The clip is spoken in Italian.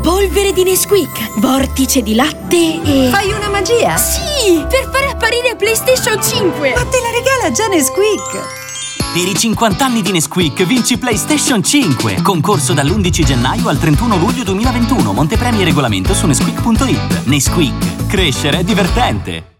polvere di Nesquik, vortice di latte e... Fai una magia? Sì! Per far apparire PlayStation 5! Ma te la regala già Nesquik! Per i 50 anni di Nesquik vinci PlayStation 5. Concorso dall'11 gennaio al 31 luglio 2021. Montepremi e regolamento su nesquik.it. Nesquik. Crescere è divertente.